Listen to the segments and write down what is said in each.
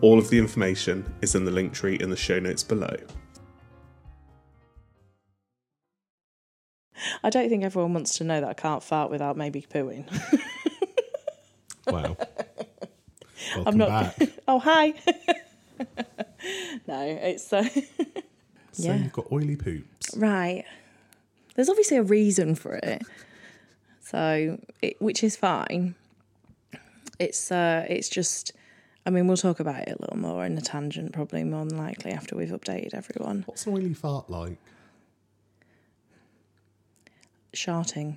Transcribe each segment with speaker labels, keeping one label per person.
Speaker 1: All of the information is in the link tree in the show notes below.
Speaker 2: I don't think everyone wants to know that I can't fart without maybe pooing.
Speaker 3: Wow. Welcome
Speaker 2: I'm not.
Speaker 3: back.
Speaker 2: oh, hi. no, it's uh,
Speaker 3: So
Speaker 2: Yeah.
Speaker 3: you've got oily poops.
Speaker 2: right. There's obviously a reason for it, so it, which is fine. It's uh, it's just. I mean, we'll talk about it a little more in a tangent, probably more than likely after we've updated everyone.
Speaker 3: What's an oily fart like?
Speaker 2: Sharting.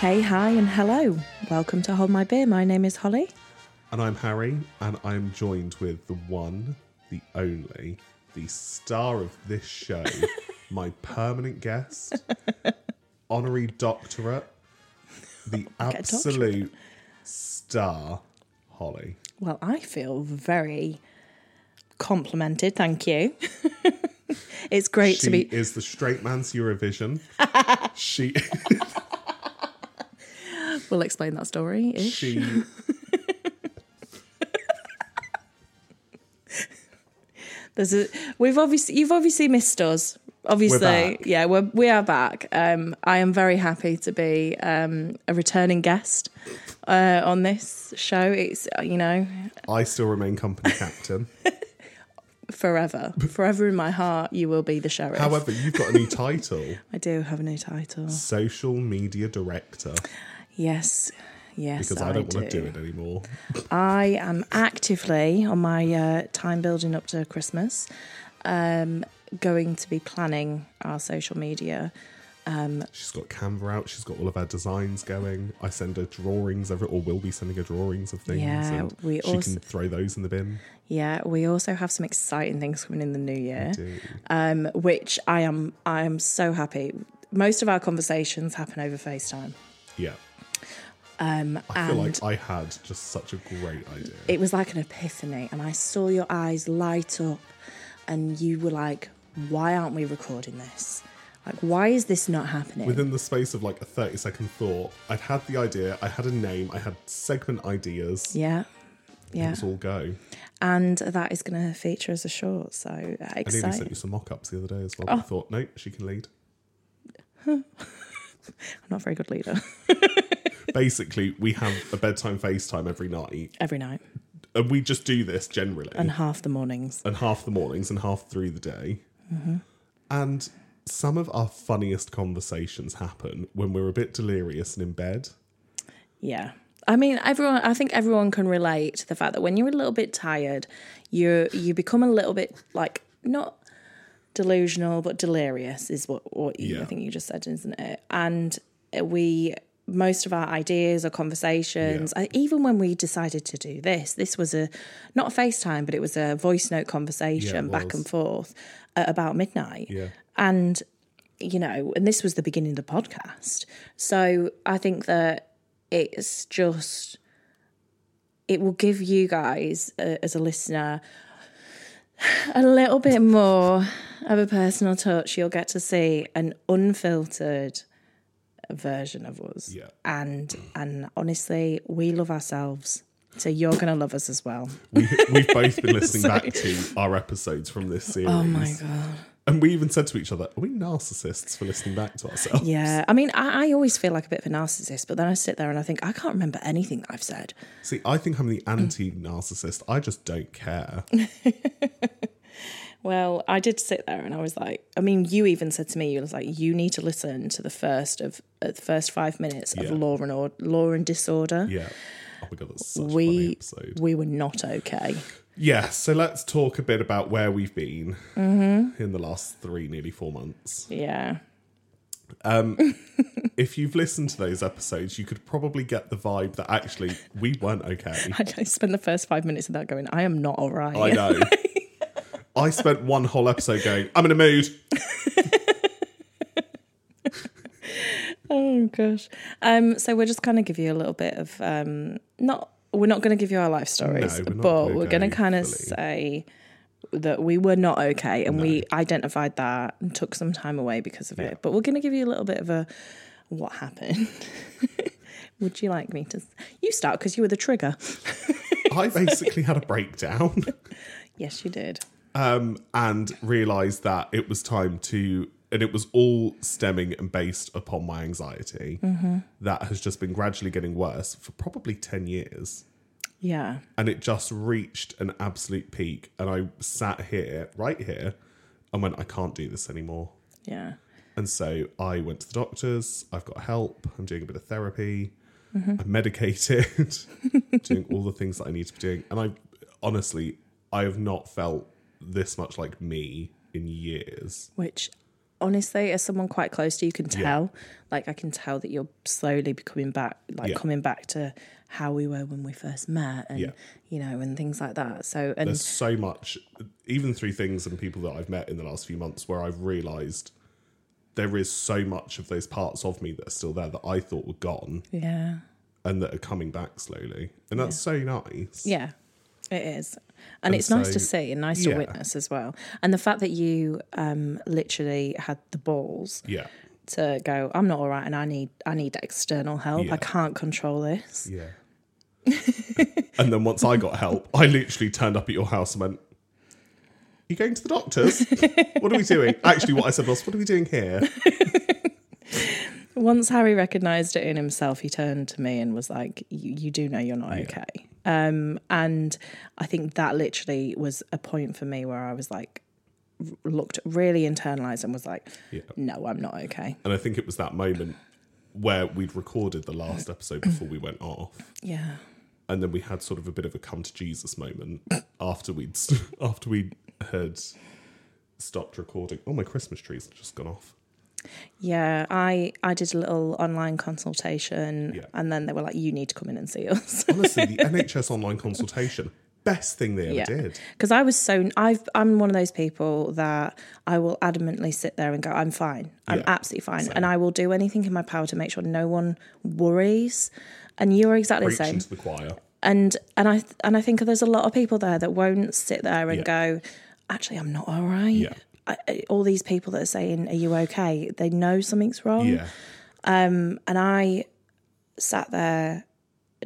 Speaker 2: Hey, hi, and hello. Welcome to Hold My Beer. My name is Holly.
Speaker 1: And I'm Harry, and I'm joined with the one, the only, the star of this show, my permanent guest, honorary doctorate, the absolute star, Holly.
Speaker 2: Well, I feel very complimented. Thank you. it's great
Speaker 1: She
Speaker 2: to be.
Speaker 1: is the straight man's Eurovision. she
Speaker 2: We'll explain that story. ish.
Speaker 1: she
Speaker 2: There's a we've obviously you've obviously missed us. Obviously,
Speaker 1: back.
Speaker 2: yeah, we're we are back. Um, I am very happy to be um, a returning guest uh, on this show. It's uh, you know
Speaker 1: I still remain company captain.
Speaker 2: forever, forever in my heart. You will be the sheriff.
Speaker 1: However, you've got a new title.
Speaker 2: I do have a new title.
Speaker 1: Social media director.
Speaker 2: Yes, yes,
Speaker 1: Because I, don't want to do it anymore.
Speaker 2: I am actively on my uh, time building up to Christmas, um, going to be planning our social media.
Speaker 1: She's got Canva out. She's got all of her designs going. I send her drawings of it, or will be sending her drawings of things.
Speaker 2: Yeah,
Speaker 1: and
Speaker 2: we
Speaker 1: she
Speaker 2: also-
Speaker 1: can throw those in the bin.
Speaker 2: Yeah, we also have some exciting things coming in the new year.
Speaker 1: Do-
Speaker 2: um, which I am I am so happy. Most of our conversations happen over FaceTime.
Speaker 1: Yeah,
Speaker 2: Um,
Speaker 1: I
Speaker 2: and
Speaker 1: feel like I had just such a great idea.
Speaker 2: it was like an epiphany, and I saw your eyes light up, and you were like, "Why aren't we recording this? Like, why is this not happening?"
Speaker 1: Within the space of like a 30 second thought, I'd had the idea, I had a name, I had segment ideas.
Speaker 2: yeah,
Speaker 1: It
Speaker 2: yeah,
Speaker 1: was all go.
Speaker 2: and that is going to feature as a short. So Oh. uh,
Speaker 1: I nearly sent
Speaker 2: exciting!
Speaker 1: you some mock ups the other day as well. but I thought, no, she can lead.
Speaker 2: I'm not a very good leader.
Speaker 1: Basically, we have a bedtime FaceTime every night,
Speaker 2: Every night
Speaker 1: and we just do this generally.
Speaker 2: and half the mornings.
Speaker 1: and half the mornings and half through the day.
Speaker 2: Mm-hmm.
Speaker 1: And some of our funniest conversations happen when we're a bit delirious and in bed.
Speaker 2: Yeah. I mean, everyone. I think everyone can relate to the fact that when you're a little bit tired, you you become a little bit like not delusional, but delirious is what what you,
Speaker 1: Yeah.
Speaker 2: I think you just said, isn't it? And we most of our ideas or conversations, I, even when we decided to do this, this was a not a FaceTime, but it was a voice note conversation back
Speaker 1: was.
Speaker 2: and forth at about midnight.
Speaker 1: Yeah.
Speaker 2: And you know, and this was the beginning of the podcast. So I think that it's just it will give you guys uh, as a listener a little bit more of a personal touch. You'll get to see an unfiltered version of us.
Speaker 1: Yeah.
Speaker 2: And and honestly, we love ourselves. So you're going to love us as well.
Speaker 1: We, we've both been listening back to our episodes from this series.
Speaker 2: Oh my god.
Speaker 1: And we even said to each other, Are we narcissists for listening back to ourselves?
Speaker 2: Yeah, I mean, I, I always feel like a bit of a narcissist, but then I sit there and I think I can't remember anything that I've said.
Speaker 1: See, I think I'm the anti narcissist. I just don't care.
Speaker 2: Well, I did sit there and I was like, I mean, you even said to me, you was like, you need to listen to the first of uh, the first five minutes of
Speaker 1: Yeah.
Speaker 2: Law and Or- Law and Disorder.
Speaker 1: Yeah. Oh my god, that's such a funny
Speaker 2: We
Speaker 1: episode.
Speaker 2: we were not okay.
Speaker 1: Yeah, so let's talk a bit about where we've been in the last three, nearly four months.
Speaker 2: Yeah.
Speaker 1: If you've listened to those episodes, you could probably get the vibe that actually we weren't okay.
Speaker 2: I don't spend the first five minutes of that going, I am not all right.
Speaker 1: I know. I spent one whole episode going, I'm in a mood.
Speaker 2: Oh gosh. Um, so we'll just kind of give you a little bit of um, not. We're not going to give you our life stories,
Speaker 1: No, we're not
Speaker 2: but
Speaker 1: gonna
Speaker 2: we're going to
Speaker 1: go
Speaker 2: kind of
Speaker 1: fully.
Speaker 2: say that we were not okay, and we identified that and took some time away because of it. But we're going to give you a little bit of a what happened. Would you like me to? You start because you were the trigger.
Speaker 1: I basically had a breakdown
Speaker 2: Yes, you did.
Speaker 1: um, and realized that it was time to, and it was all stemming and based upon my anxiety that has just been gradually getting worse for probably 10 years.
Speaker 2: Yeah.
Speaker 1: and it just reached an absolute peak and i sat here right here and went i can't do this anymore
Speaker 2: Yeah.
Speaker 1: and so i went to the doctors i've got help i'm doing a bit of therapy i'm medicated doing all the things that i need to be doing and i honestly i have not felt this much like me in years
Speaker 2: which honestly as someone quite close to you can tell like i can tell that you're slowly becoming back like
Speaker 1: Yeah.
Speaker 2: coming back to how we were when we first met and
Speaker 1: Yeah.
Speaker 2: you know and things like that so and
Speaker 1: there's so much even through things and people that i've met in the last few months where i've realized there is so much of those parts of me that are still there that i thought were gone
Speaker 2: yeah
Speaker 1: and that are coming back slowly. And that's so nice.
Speaker 2: yeah it is and, it's nice to
Speaker 1: so-
Speaker 2: see and nice
Speaker 1: yeah.
Speaker 2: to witness as well and the fact that you um literally had the balls
Speaker 1: Yeah.
Speaker 2: to go i'm not all right and i need i need external help
Speaker 1: Yeah.
Speaker 2: i can't control this
Speaker 1: Yeah. and then once I got help, I literally turned up at your house and went, You going to the doctors? what are we doing? Actually, what I said was, What are we doing here?
Speaker 2: Once Harry recognised it in himself, he turned to me and was like, "You, you do know you're not okay." Um, and I think that literally was a point for me where I was like, r- looked really internalised and was like,
Speaker 1: Yeah.
Speaker 2: "No, I'm not okay."
Speaker 1: And I think it was that moment where we'd recorded the last episode before we went off.
Speaker 2: Yeah,
Speaker 1: And then we had sort of a bit of a come to Jesus moment after we'd after we had stopped recording. Oh, my Christmas tree's just gone off.
Speaker 2: yeah. I I did a little online consultation,
Speaker 1: Yeah.
Speaker 2: and then they were like, "You need to come in and see us."
Speaker 1: Honestly, the NHS online consultation, best thing they ever did.
Speaker 2: Because I was so I've I'm one of those people that I will adamantly sit there and go, I'm fine. I'm
Speaker 1: Yeah.
Speaker 2: absolutely fine. And I will do anything in my power to make sure no one worries. And you're exactly the
Speaker 1: preaching
Speaker 2: same.
Speaker 1: to the choir.
Speaker 2: And and I and I think there's a lot of people there that won't sit there and go, actually I'm not all right.
Speaker 1: Yeah.
Speaker 2: I, I- all these people that are saying, "Are you okay?" They know something's wrong
Speaker 1: Yeah,
Speaker 2: and I sat there,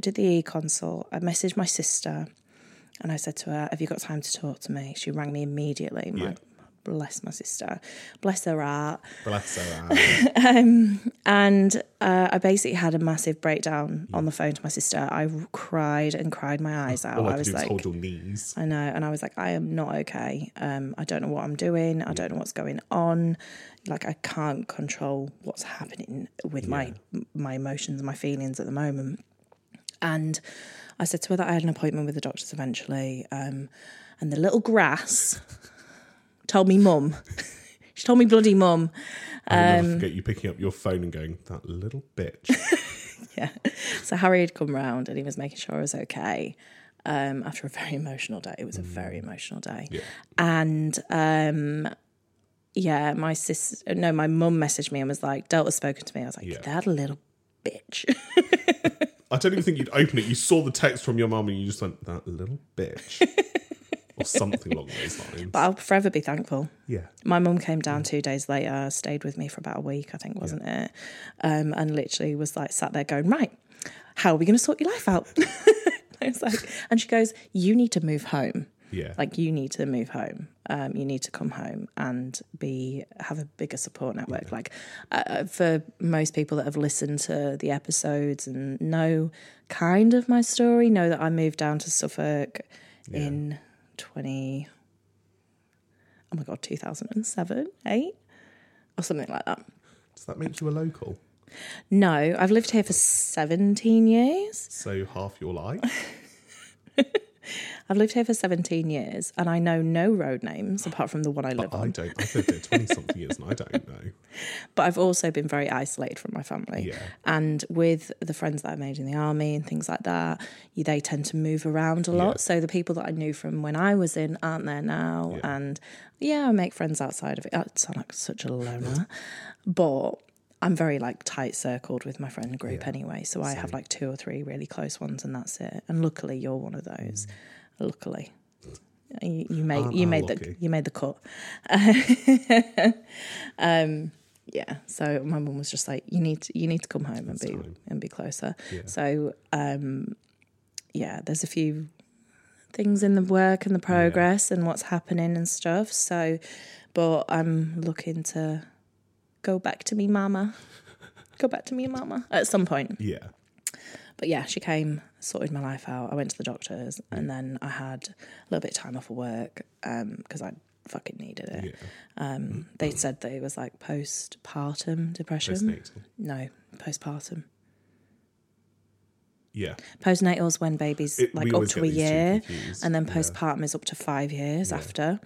Speaker 2: did the e consult. I messaged my sister and I said to her, Have you got time to talk to me? She rang me immediately. My,
Speaker 1: Yeah.
Speaker 2: Bless my sister, bless her heart.
Speaker 1: bless her.
Speaker 2: And uh, I basically had a massive breakdown on the phone to my sister. I cried and cried my eyes out.
Speaker 1: All I
Speaker 2: I
Speaker 1: could
Speaker 2: was
Speaker 1: do oh, was
Speaker 2: like,
Speaker 1: hold your knees.
Speaker 2: I know. And I was like, I am not okay. Um, I don't know what I'm doing. I don't know what's going on. Like, I can't control what's happening with my my emotions and my feelings at the moment. And I said to her that I had an appointment with the doctors eventually. Um, and the little grass told me mum. she told me bloody mum.
Speaker 1: I'll
Speaker 2: um,
Speaker 1: never forget you picking up your phone and going, "That little bitch."
Speaker 2: Yeah. So Harry had come round and he was making sure I was okay. Um, after a very emotional day, it was a very emotional day,
Speaker 1: Yeah.
Speaker 2: and um, yeah, my sister, no, my mum messaged me and was like, "Delta's spoken to me." I was like,
Speaker 1: Yeah.
Speaker 2: "That little bitch."
Speaker 1: I don't even think you'd open it. You saw the text from your mum and you just went, "That little bitch," or something along those lines.
Speaker 2: but I'll forever be thankful.
Speaker 1: yeah,
Speaker 2: My mum came down two days later, stayed with me for about a week, I think, wasn't it? Um, and literally was like sat there going, Right, how are we gonna sort your life out? I was like, and she goes, You need to move home.
Speaker 1: yeah,
Speaker 2: Like you need to move home. Um, you need to come home and be have a bigger support network. Like uh, uh, for most people that have listened to the episodes and know kind of my story, know that I moved down to Suffolk in twenty oh my God, 2007, 8 or something like that.
Speaker 1: Does that make you a local?
Speaker 2: No, I've lived here for 17 years.
Speaker 1: So half your life?
Speaker 2: I've lived here for 17 years and I know no road names apart from the one I live
Speaker 1: I
Speaker 2: on.
Speaker 1: don't. I've lived here 20 something years and I don't know.
Speaker 2: But I've also been very isolated from my family.
Speaker 1: Yeah.
Speaker 2: And with the friends that I made in the army and things like that, you, they tend to move around a lot. So the people that I knew from when I was in aren't there now. And yeah, I make friends outside of it. I sound like such a loner. but I'm very like tight circled with my friend group anyway. So I have like two or three really close ones and that's it. And luckily you're one of those. Luckily. You, you made you
Speaker 1: I
Speaker 2: made
Speaker 1: lucky?
Speaker 2: the you made the cut. Um, yeah so my mum was just like you need to, you need to come home and be and be closer so um yeah there's a few things in the work and the progress and what's happening and stuff so but i'm looking to go back to me mama go back to me mama at some point
Speaker 1: Yeah.
Speaker 2: but yeah, she came, sorted my life out. I went to the doctors, and then I had a little bit of time off of work because I fucking needed it. Um, they said that it was like postpartum depression.
Speaker 1: Postnatal.
Speaker 2: No, postpartum.
Speaker 1: Yeah.
Speaker 2: Postnatal's when babies
Speaker 1: It- we
Speaker 2: like up
Speaker 1: always
Speaker 2: to
Speaker 1: get
Speaker 2: a
Speaker 1: these two
Speaker 2: year,
Speaker 1: confused,
Speaker 2: and then
Speaker 1: yeah.
Speaker 2: postpartum is up to five years after.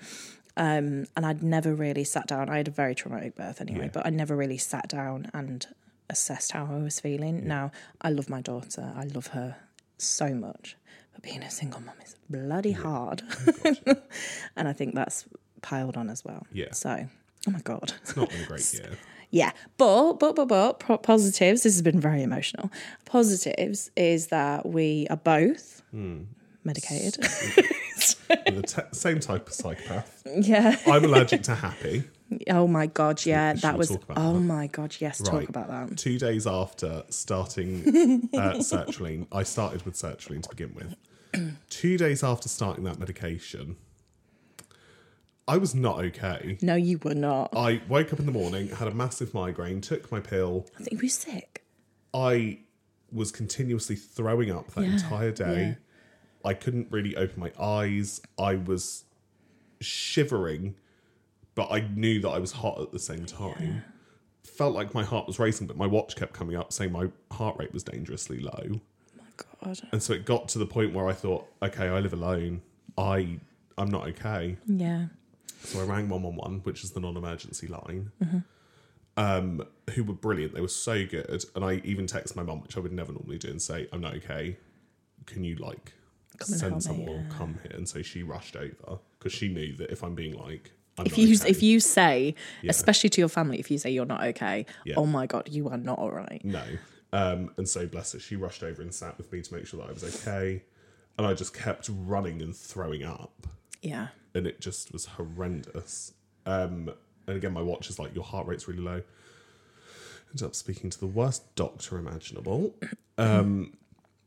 Speaker 2: Um, and I'd never really sat down. I had a very traumatic birth anyway,
Speaker 1: Yeah.
Speaker 2: but I never really sat down and assessed how I was feeling. Now I love my daughter. I love her so much, but being a single mum is bloody hard,
Speaker 1: Oh
Speaker 2: and I think that's piled on as well.
Speaker 1: Yeah.
Speaker 2: So, oh my god.
Speaker 1: It's not been a great year.
Speaker 2: Yeah, but but but but pro- positives. This has been very emotional. Positives is that we are both
Speaker 1: Hmm.
Speaker 2: medicated.
Speaker 1: With the te- same type of psychopath.
Speaker 2: yeah.
Speaker 1: I'm allergic to happy.
Speaker 2: Oh my god. Yeah,
Speaker 1: should
Speaker 2: that
Speaker 1: we
Speaker 2: was.
Speaker 1: talk about
Speaker 2: Oh my god. Yes,
Speaker 1: Right.
Speaker 2: talk about that.
Speaker 1: Two days after starting uh, sertraline, I started with sertraline to begin with. Two days after starting that medication, I was not okay.
Speaker 2: No, you were not.
Speaker 1: I woke up in the morning, had a massive migraine, took my pill.
Speaker 2: I think we were sick.
Speaker 1: I was continuously throwing up that entire day. I couldn't really open my eyes. I was shivering, but I knew that I was hot at the same time. Felt like my heart was racing, but my watch kept coming up saying my heart rate was dangerously low.
Speaker 2: Oh my god.
Speaker 1: And so it got to the point where I thought, okay, I live alone. I I'm not okay.
Speaker 2: Yeah.
Speaker 1: So I rang 111, which is the non emergency line,
Speaker 2: Mm-hmm.
Speaker 1: um, who were brilliant. They were so good. And I even texted my mum, which I would never normally do, and say, I'm not okay. Can you like
Speaker 2: Come and help me,
Speaker 1: send someone or come here? And so she rushed over because she knew that if I'm being like, I'm
Speaker 2: If
Speaker 1: not
Speaker 2: you
Speaker 1: okay,
Speaker 2: if you say, especially to your family, if you say you're not okay, oh my god, you are not all right.
Speaker 1: No. Um, and so, bless her, she rushed over and sat with me to make sure that I was okay. And I just kept running and throwing up.
Speaker 2: Yeah.
Speaker 1: and it just was horrendous. Um, and again, my watch is like, your heart rate's really low. Ended up speaking to the worst doctor imaginable. Um,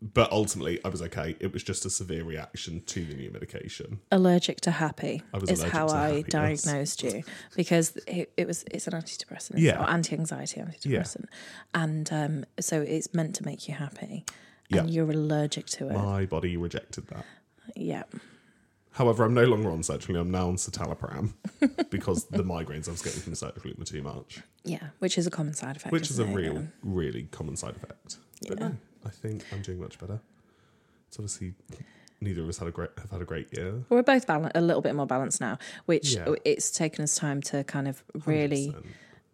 Speaker 1: but ultimately, I was okay. It was just a severe reaction to the new medication.
Speaker 2: allergic to happy
Speaker 1: I was
Speaker 2: is
Speaker 1: allergic
Speaker 2: how
Speaker 1: to
Speaker 2: I
Speaker 1: happy, yes.
Speaker 2: diagnosed you because it, it was it's an antidepressant
Speaker 1: Yeah.
Speaker 2: or anti-anxiety antidepressant and um, so it's meant to make you happy and
Speaker 1: Yeah.
Speaker 2: you're allergic to it
Speaker 1: My body rejected that.
Speaker 2: yeah
Speaker 1: However, I'm no longer on sertraline. I'm now on citalopram because the migraines I was getting from sertraline were too much,
Speaker 2: yeah which is a common side effect
Speaker 1: which is a
Speaker 2: isn't it?
Speaker 1: real,
Speaker 2: Um,
Speaker 1: really common side effect. But
Speaker 2: Yeah.
Speaker 1: no, I think I'm doing much better. It's obviously neither of us had a great have had a great year.
Speaker 2: we're both balan a little bit more balanced now which
Speaker 1: Yeah.
Speaker 2: it's taken us time to kind of really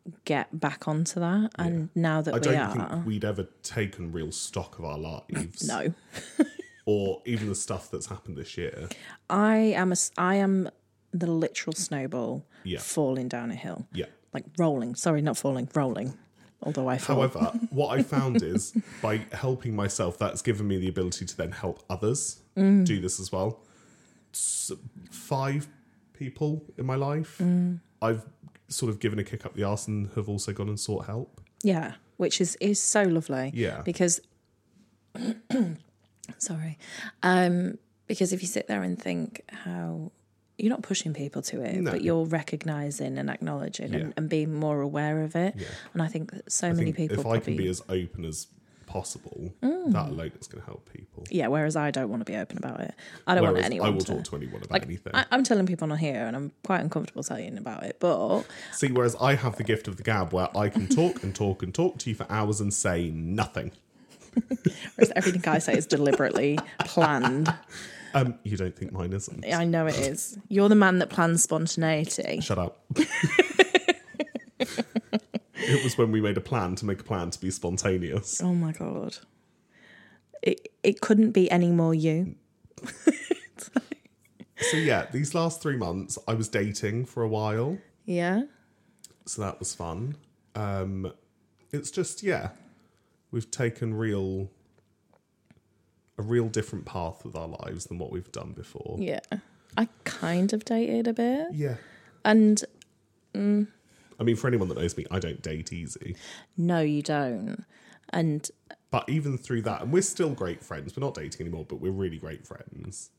Speaker 1: 100%.
Speaker 2: get back onto that and now that
Speaker 1: I
Speaker 2: we
Speaker 1: don't
Speaker 2: are
Speaker 1: think we'd ever taken real stock of our lives
Speaker 2: uh-uh. no
Speaker 1: or even the stuff that's happened this year.
Speaker 2: I am a s I am the literal snowball
Speaker 1: Yeah.
Speaker 2: falling down a hill
Speaker 1: Yeah.
Speaker 2: like rolling. Sorry, not falling, rolling. Although I fall.
Speaker 1: However, what I found is by helping myself, that's given me the ability to then help others
Speaker 2: Mm.
Speaker 1: do this as well. S- five people in my life,
Speaker 2: Mm.
Speaker 1: I've sort of given a kick up the arse and have also gone and sought help.
Speaker 2: yeah, which is is so lovely.
Speaker 1: Yeah.
Speaker 2: because sorry, um, because if you sit there and think how you're not pushing people to it,
Speaker 1: No.
Speaker 2: but you're recognizing and acknowledging
Speaker 1: Yeah.
Speaker 2: and, and being more aware of it. And I think that so many
Speaker 1: think
Speaker 2: people
Speaker 1: if I
Speaker 2: probably Mm.
Speaker 1: can be as open as possible, that alone is going to help people.
Speaker 2: Yeah, whereas I don't want to be open about it. I don't want
Speaker 1: Whereas
Speaker 2: anyone
Speaker 1: I will
Speaker 2: to.
Speaker 1: talk to anyone about anything.
Speaker 2: I, I'm telling people on here, and I'm quite uncomfortable telling about it. But
Speaker 1: See, whereas I have the gift of the gab where I can talk and talk and talk to you for hours and say nothing.
Speaker 2: whereas everything I say is deliberately planned.
Speaker 1: Um, you don't think mine isn't?
Speaker 2: I know it is. You're the man that plans spontaneity.
Speaker 1: Shut up. it was when we made a plan to make a plan to be spontaneous.
Speaker 2: Oh my god. It it couldn't be any more you.
Speaker 1: So yeah, these last three months I was dating for a while,
Speaker 2: Yeah.
Speaker 1: so that was fun. Um, it's just yeah, we've taken real a real different path with our lives than what we've done before.
Speaker 2: Yeah. I kind of dated a bit,
Speaker 1: yeah.
Speaker 2: and
Speaker 1: I mean, for anyone that knows me, I don't date easy.
Speaker 2: no, you don't. And
Speaker 1: But even through that, and we're still great friends. We're not dating anymore, but we're really great friends.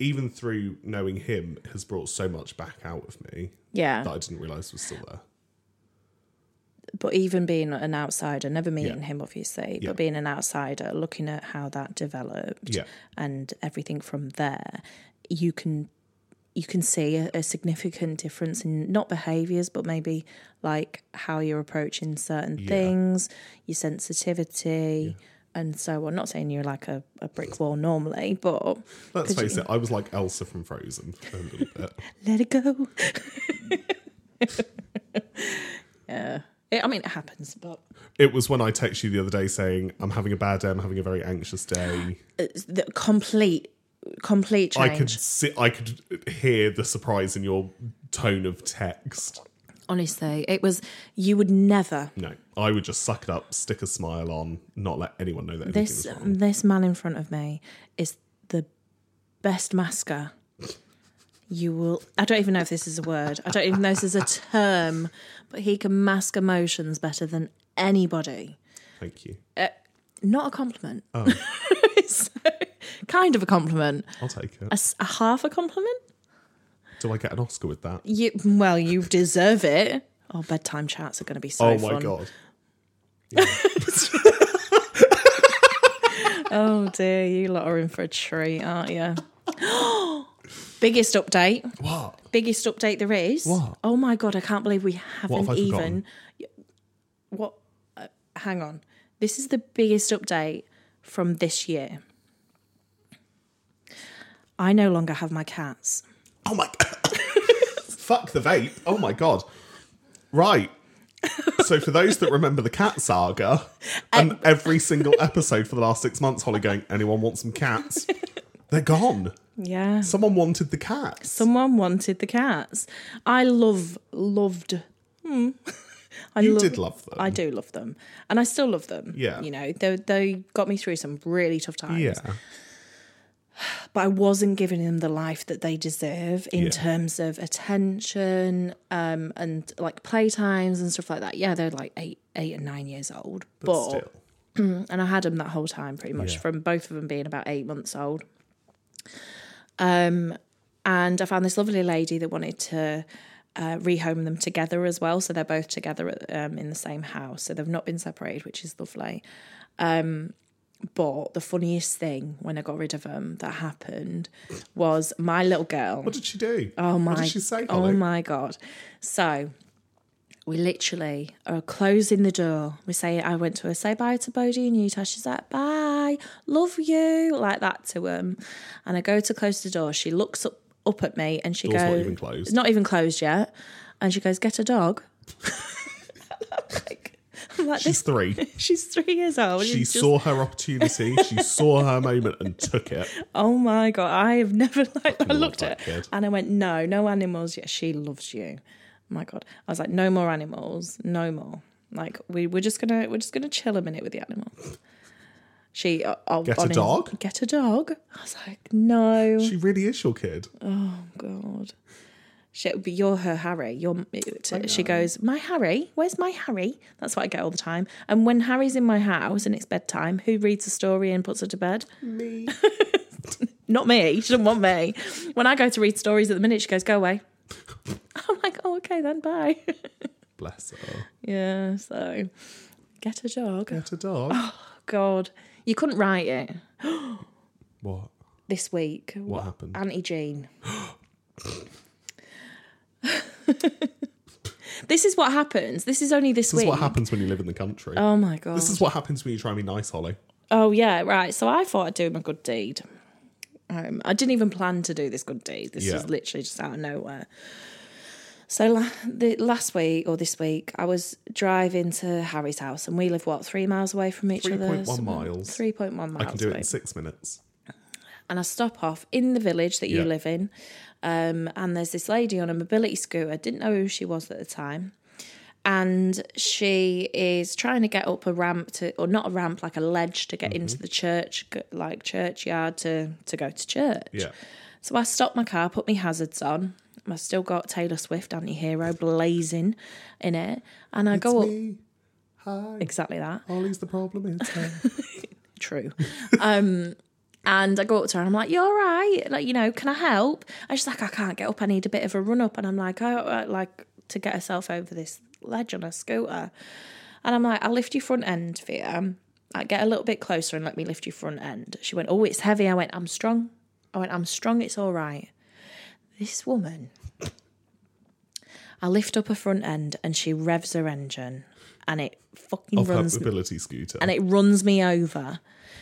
Speaker 1: Even through knowing him has brought so much back out of me
Speaker 2: yeah,
Speaker 1: that I didn't realise was still there.
Speaker 2: but even being an outsider, never meeting
Speaker 1: Yeah.
Speaker 2: him obviously,
Speaker 1: Yeah.
Speaker 2: but being an outsider, looking at how that developed
Speaker 1: Yeah.
Speaker 2: and everything from there, you can you can see a, a significant difference in not behaviors, but maybe like how you're approaching certain things, your sensitivity. And so on. Not saying you're like a, a brick wall normally, but
Speaker 1: Let's
Speaker 2: Could
Speaker 1: face it, I was like Elsa from Frozen a little bit.
Speaker 2: let it go. yeah. It, I mean, it happens, but
Speaker 1: It was when I texted you the other day saying, I'm having a bad day, I'm having a very anxious day.
Speaker 2: it's the complete, complete
Speaker 1: I
Speaker 2: change.
Speaker 1: could sit I could hear the surprise in your tone of text.
Speaker 2: Honestly, it was, you would never.
Speaker 1: No. I would just suck it up, stick a smile on, not let anyone know that anything
Speaker 2: This,
Speaker 1: was wrong.
Speaker 2: this man in front of me is the best masker you will. I don't even know if this is a word. I don't even know if this is a term, but he can mask emotions better than anybody.
Speaker 1: Thank you.
Speaker 2: Not a compliment.
Speaker 1: Oh.
Speaker 2: It's kind of a compliment.
Speaker 1: I'll take
Speaker 2: a,
Speaker 1: it.
Speaker 2: s- a half a compliment?
Speaker 1: Do I get an Oscar with that?
Speaker 2: You well, you deserve it. Oh, bedtime chats are going to be so
Speaker 1: oh
Speaker 2: fun.
Speaker 1: my god.
Speaker 2: Oh dear, you lot are in for a treat, aren't you? biggest update,
Speaker 1: What?
Speaker 2: biggest update there is.
Speaker 1: What?
Speaker 2: Oh my god, I can't believe we haven't
Speaker 1: have I
Speaker 2: even. What? Uh, hang on, this is the biggest update from this year. I no longer have my cats.
Speaker 1: Oh my Fuck the vape. Oh my god. Right. So for those that remember the cat saga and every single episode for the last 6 months Holly going anyone want some cats? They're gone.
Speaker 2: Yeah.
Speaker 1: Someone wanted the cats.
Speaker 2: Someone wanted the cats. I love, loved. Hmm. I
Speaker 1: you did love them.
Speaker 2: I do love them, and I still love them.
Speaker 1: Yeah.
Speaker 2: you know, they they got me through some really tough times.
Speaker 1: yeah.
Speaker 2: but I wasn't giving them the life that they deserve in
Speaker 1: Yeah.
Speaker 2: terms of attention, um, and like playtimes and stuff like that. Yeah, they're like eight, eight and nine years old, but,
Speaker 1: Still.
Speaker 2: and I had them that whole time pretty much
Speaker 1: Yeah.
Speaker 2: from both of them being about eight months old. Um, and I found this lovely lady that wanted to uh, rehome them together as well, so they're both together um, in the same house, so they've not been separated, which is lovely. Um, but the funniest thing when I got rid of them that happened was my little girl.
Speaker 1: What did she do?
Speaker 2: Oh my!
Speaker 1: What did she say,
Speaker 2: oh
Speaker 1: Holly?
Speaker 2: my god! So we literally are closing the door. We say, "I went to her, say bye to Bodie and Utah." She's like, "Bye, love you," like that to him. And I go to close the door. She looks up up at me and she
Speaker 1: Door's not
Speaker 2: goes,
Speaker 1: even closed.
Speaker 2: It's not even closed yet." And she goes, "Get a dog." I'm like, I'm like
Speaker 1: She's three.
Speaker 2: this. She's three years old.
Speaker 1: She
Speaker 2: She's just
Speaker 1: saw her opportunity. She saw her moment and took it.
Speaker 2: Oh my god, I have never like I
Speaker 1: love
Speaker 2: looked
Speaker 1: that
Speaker 2: at it
Speaker 1: kid.
Speaker 2: and I went, No, no animals. Yeah, she loves you. Oh My God. I was like, No more animals, no more. Like we we're just gonna we're just gonna chill a minute with the animals. She uh, i
Speaker 1: Get a dog?
Speaker 2: Get a dog. I was like, No
Speaker 1: She really is your kid.
Speaker 2: God. She, but you're her Harry. You're, it- she goes, My Harry? Where's my Harry? That's what I get all the time. And when Harry's in my house and it's bedtime, who reads a story and puts her to bed?
Speaker 1: Me.
Speaker 2: Not me. She doesn't want me. When I go to read stories at the minute, she goes, Go away. I'm like, Oh, okay, then bye.
Speaker 1: Bless her.
Speaker 2: yeah, so get a dog. Oh.
Speaker 1: Get a dog.
Speaker 2: God. You couldn't write it
Speaker 1: What?
Speaker 2: this week.
Speaker 1: What happened?
Speaker 2: Auntie Jean. this is what happens. This is only this,
Speaker 1: This is
Speaker 2: week.
Speaker 1: what happens when you live in the country.
Speaker 2: Oh my God.
Speaker 1: This is what happens when you try and be nice, Holly.
Speaker 2: Oh yeah, right. So I thought I'd do my good deed. Um, I didn't even plan to do this good deed. This
Speaker 1: Yeah.
Speaker 2: was literally just out of nowhere. So la- the, last week or this week, I was driving to Harry's house, and we live what three miles away from each other.
Speaker 1: 3.1 miles.
Speaker 2: Three point one miles.
Speaker 1: I can do it
Speaker 2: away.
Speaker 1: in six minutes.
Speaker 2: And I stop off in the village that you
Speaker 1: Yeah.
Speaker 2: live in, um, and there's this lady on a mobility scooter. Didn't know who she was at the time, and she is trying to get up a ramp to or not a ramp like a ledge to get
Speaker 1: Mm-hmm.
Speaker 2: into the church g- like churchyard to to go to church
Speaker 1: Yeah.
Speaker 2: so i stopped my car put my hazards on i still got taylor swift anti-hero blazing in it and i go up
Speaker 1: Me, hi.
Speaker 2: exactly that
Speaker 1: Holly's the problem. It's her.
Speaker 2: true. um, and I go up to her and I'm like, "You're right, like you know, can I help?" And she's like, "I can't get up. I need a bit of a run up." And I'm like, "Oh, uh, like to get herself over this ledge on a scooter." And I'm like, "I'll lift your front end for you. I get a little bit closer and let me lift your front end." She went, "Oh, it's heavy." I went, "I'm strong." I went, "I'm strong. It's all right." This woman. I lift up her front end and she revs her engine and it fucking
Speaker 1: of her
Speaker 2: runs
Speaker 1: mobility scooter.
Speaker 2: and it runs me over.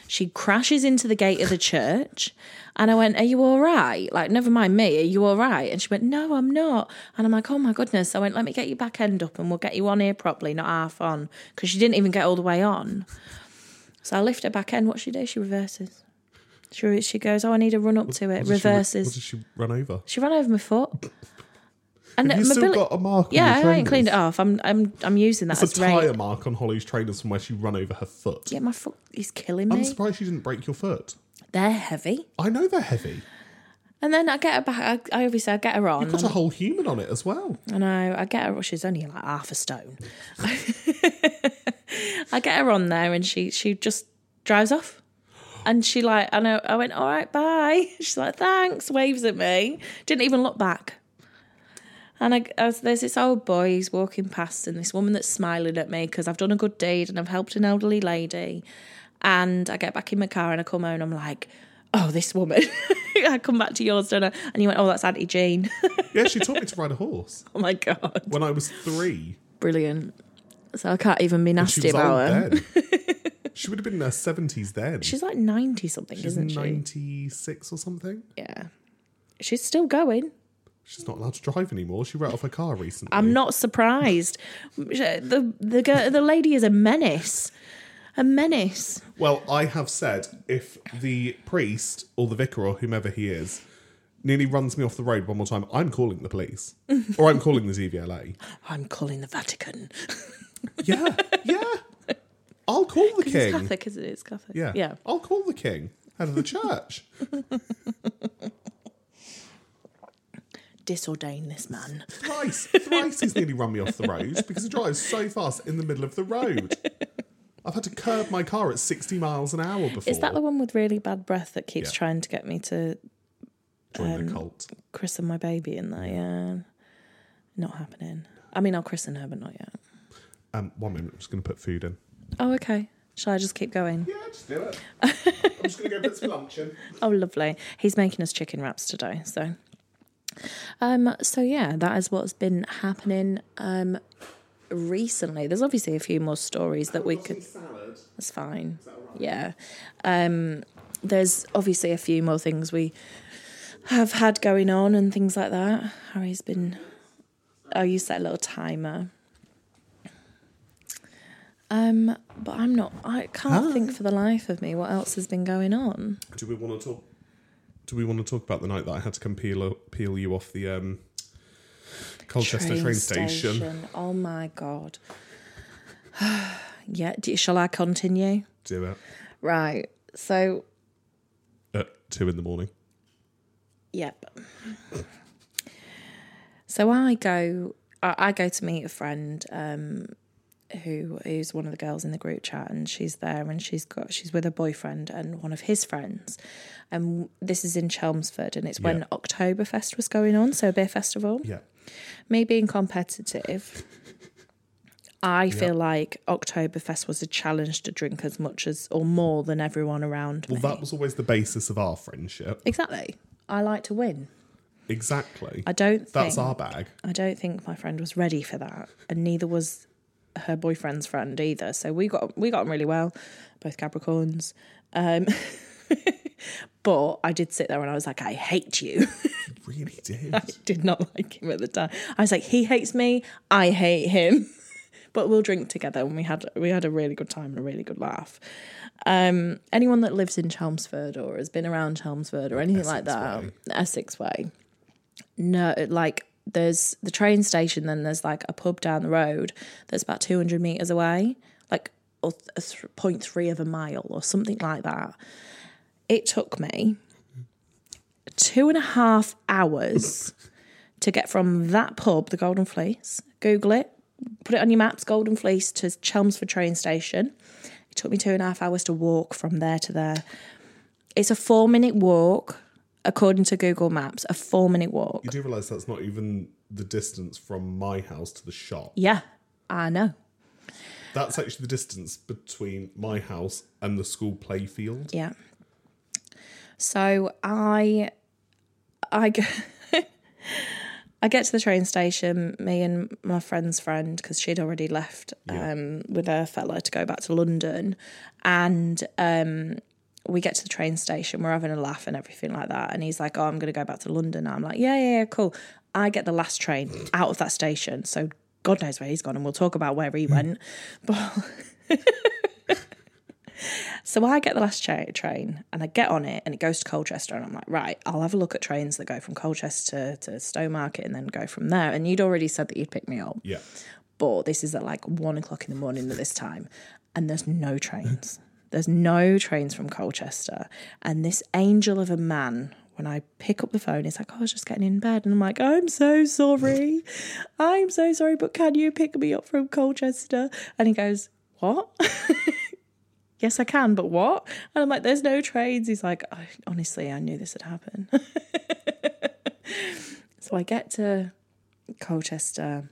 Speaker 2: She crashes into the gate of the church, and I went, "Are you all right? Like, never mind me. Are you all right?" And she went, "No, I'm not." And I'm like, "Oh my goodness!" I went, "Let me get your back end up, and we'll get you on here properly, not half on, because she didn't even get all the way on." So I lift her back end. What she do? She reverses. She she goes, "Oh, I need a run up to it."
Speaker 1: What did she-
Speaker 2: Reverses.
Speaker 1: What did she run over?
Speaker 2: She ran over my foot. And
Speaker 1: Have you still
Speaker 2: mobili-
Speaker 1: got a mark?
Speaker 2: yeah,
Speaker 1: on your
Speaker 2: I ain't
Speaker 1: trainers?
Speaker 2: cleaned it off. I'm I'm I'm using that
Speaker 1: It's
Speaker 2: as
Speaker 1: a tire
Speaker 2: rain.
Speaker 1: mark on Holly's trainers from where she run over her foot.
Speaker 2: Yeah, my foot is killing
Speaker 1: I'm
Speaker 2: me.
Speaker 1: surprised she didn't break your foot.
Speaker 2: They're heavy.
Speaker 1: I know they're heavy.
Speaker 2: And then I get her back. I, I obviously I get her on,
Speaker 1: Got a whole human on it as well.
Speaker 2: and I, I get her. She's only like half a stone. I get her on there, and she she just drives off. And she like, and I, I went, all right, bye. She's like, thanks. Waves at me. Didn't even look back. And I, as there's this old boy he's walking past, and this woman that's smiling at me because I've done a good deed and I've helped an elderly lady. And I get back in my car and I come home and I'm like, oh, this woman. I come back to yours, don't I? And you went, oh, that's Auntie Jean.
Speaker 1: Yeah, she taught me to ride a horse
Speaker 2: oh my God.
Speaker 1: when I was three.
Speaker 2: Brilliant. So I can't even be
Speaker 1: She
Speaker 2: nasty
Speaker 1: was
Speaker 2: about her.
Speaker 1: old then. she would have been in her seventies then.
Speaker 2: She's like 90 something, isn't she?
Speaker 1: ninety-six or something.
Speaker 2: Yeah. She's still going.
Speaker 1: She's not allowed to drive anymore. She wrote off her car recently.
Speaker 2: I'm not surprised. the the girl, the lady is a menace. A menace.
Speaker 1: Well, I have said if the priest or the vicar or whomever he is nearly runs me off the road one more time, I'm calling the police or I'm calling the DVLA.
Speaker 2: I'm calling the Vatican.
Speaker 1: Yeah, yeah. I'll call the
Speaker 2: It's
Speaker 1: king.
Speaker 2: Catholic, isn't it? It's Catholic.
Speaker 1: Yeah.
Speaker 2: Yeah.
Speaker 1: I'll call the king head of the church.
Speaker 2: Disordain this man.
Speaker 1: Thrice, thrice he's nearly run me off the road because he drives so fast in the middle of the road. I've had to curb my car at 60 miles an hour before.
Speaker 2: Is that the one with really bad breath that keeps
Speaker 1: Yeah.
Speaker 2: trying to get me to
Speaker 1: Join
Speaker 2: um,
Speaker 1: the cult.
Speaker 2: christen my baby in there? Yeah. Not happening. I mean, I'll christen her, but not yet.
Speaker 1: Um, one minute, I'm just going to put food in.
Speaker 2: Oh, okay. Shall I just keep going?
Speaker 1: Yeah, just do it. I'm just going to go get some luncheon.
Speaker 2: Oh, lovely. He's making us chicken wraps today. So, um, so yeah, that is what's been happening um recently. There's obviously a few more stories that we could.
Speaker 1: salad.
Speaker 2: That's fine. Yeah. Um, there's obviously a few more things we have had going on and things like that. Harry's been. Oh, you set a little timer. Um, but I'm not. I can't think for the life of me what else has been going on.
Speaker 1: Do we want to talk? Do we want to talk about the night that I had to come peel peel you off the um, Colchester train, station?
Speaker 2: Oh my god. yeah. Do, shall I continue?
Speaker 1: Do it
Speaker 2: Right. So
Speaker 1: at two in the morning.
Speaker 2: Yep. So I go, I, I go to meet a friend um, who is one of the girls in the group chat, and she's there, and she's got, she's with her boyfriend and one of his friends, and this is in Chelmsford, and it's when Oktoberfest was going on, so a beer festival.
Speaker 1: Yeah,
Speaker 2: Me being competitive, I feel like Oktoberfest was a challenge to drink as much as or more than everyone around
Speaker 1: Well,
Speaker 2: me.
Speaker 1: that was always the basis of our friendship.
Speaker 2: exactly. I like to win.
Speaker 1: Exactly.
Speaker 2: I don't
Speaker 1: That's
Speaker 2: think
Speaker 1: our bag.
Speaker 2: I don't think my friend was ready for that, and neither was her boyfriend's friend either. So we got we got on really well, both Capricorns. Um, but I did sit there and I was like, I hate you.
Speaker 1: Really did.
Speaker 2: did not like him at the time. I was like, he hates me. I hate him. but we'll drink together, and we had we had a really good time and a really good laugh. Um, anyone that lives in Chelmsford or has been around Chelmsford or anything like that, Essex Way, no, like there's the train station, then there's like a pub down the road that's about 200 meters away, like or th- a th- 0.3 of a mile or something like that. It took me two and a half hours to get from that pub, the Golden Fleece. Google it, put it on your maps, Golden Fleece to Chelmsford train station. It took me two and a half hours to walk from there to there. It's a four minute walk, according to Google Maps, a four minute walk.
Speaker 1: You do realise that's not even the distance from my house to the shop.
Speaker 2: Yeah, I know.
Speaker 1: That's actually the distance between my house and the school playfield.
Speaker 2: Yeah. So I, I, g- I get to the train station. Me and my friend's friend, because she'd already left um, with her fella to go back to London, and um, we get to the train station. We're having a laugh and everything like that. And he's like, "Oh, I'm going to go back to London." I'm like, "Yeah, yeah, yeah, cool." I get the last train out of that station, so God knows where he's gone, and we'll talk about where he went. So I get the last cha- train and I get on it and it goes to Colchester and I'm like, right, I'll have a look at trains that go from Colchester to Stowmarket and then go from there. And you'd already said that you'd pick me up,
Speaker 1: Yeah.
Speaker 2: but this is at like one o'clock in the morning at this time and there's no trains. There's no trains from Colchester. And this angel of a man, when I pick up the phone, he's like, oh, I was just getting in bed. And I'm like, I'm so sorry. I'm so sorry, but can you pick me up from Colchester? And he goes, what? yes, I can, but what? And I'm like, there's no trades. He's like, I, honestly, I knew this would happen. so I get to Colchester.